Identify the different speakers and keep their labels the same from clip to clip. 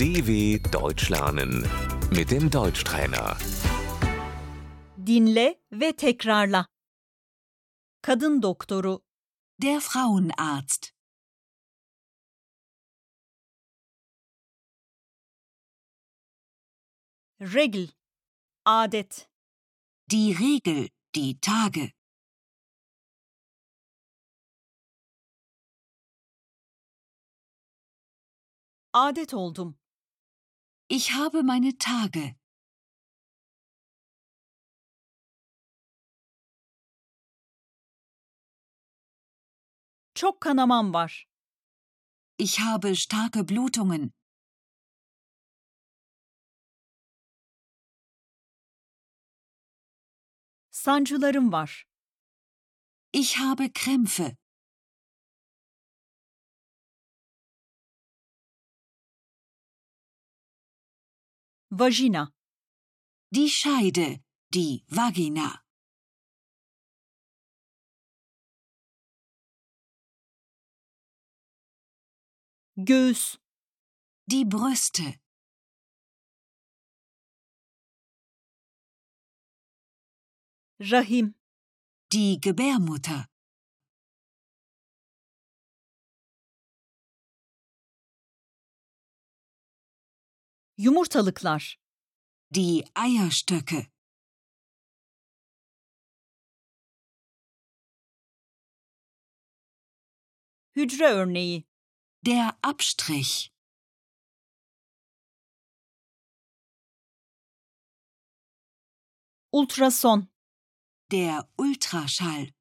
Speaker 1: DW Deutsch lernen mit dem Deutschtrainer.
Speaker 2: Dinle ve tekrarla. Kadın doktoru,
Speaker 3: Der Frauenarzt.
Speaker 2: regl, adet,
Speaker 3: Die Regel. Die Tage.
Speaker 2: adet oldum,
Speaker 3: Ich habe meine Tage.
Speaker 2: çok kanamam var,
Speaker 3: Ich habe starke Blutungen.
Speaker 2: sancılarım var,
Speaker 3: Ich habe Krämpfe.
Speaker 2: vajina,
Speaker 3: Die Scheide. Die Vagina.
Speaker 2: göğüs,
Speaker 3: Die Brüste.
Speaker 2: rahim,
Speaker 3: Die Gebärmutter.
Speaker 2: yumurtalıklar,
Speaker 3: Die Eierstöcke.
Speaker 2: hücre örneği,
Speaker 3: Der Abstrich.
Speaker 2: ultrason,
Speaker 3: Der Ultraschall.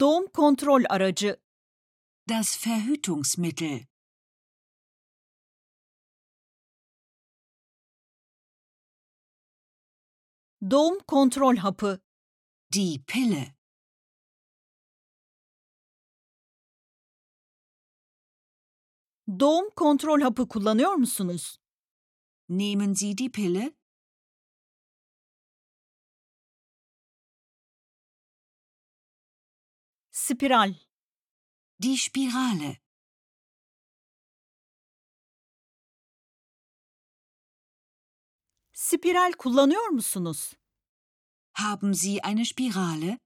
Speaker 2: doğum kontrol aracı,
Speaker 3: Das Verhütungsmittel.
Speaker 2: doğum kontrol hapı,
Speaker 3: Die Pille.
Speaker 2: doğum kontrol hapı kullanıyor musunuz?
Speaker 3: Nehmen Sie die Pille?
Speaker 2: Spiral,
Speaker 3: Die Spirale.
Speaker 2: spiral kullanıyor musunuz?
Speaker 3: Haben Sie eine Spirale?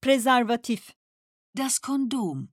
Speaker 2: Prezervatif,
Speaker 3: Das Kondom.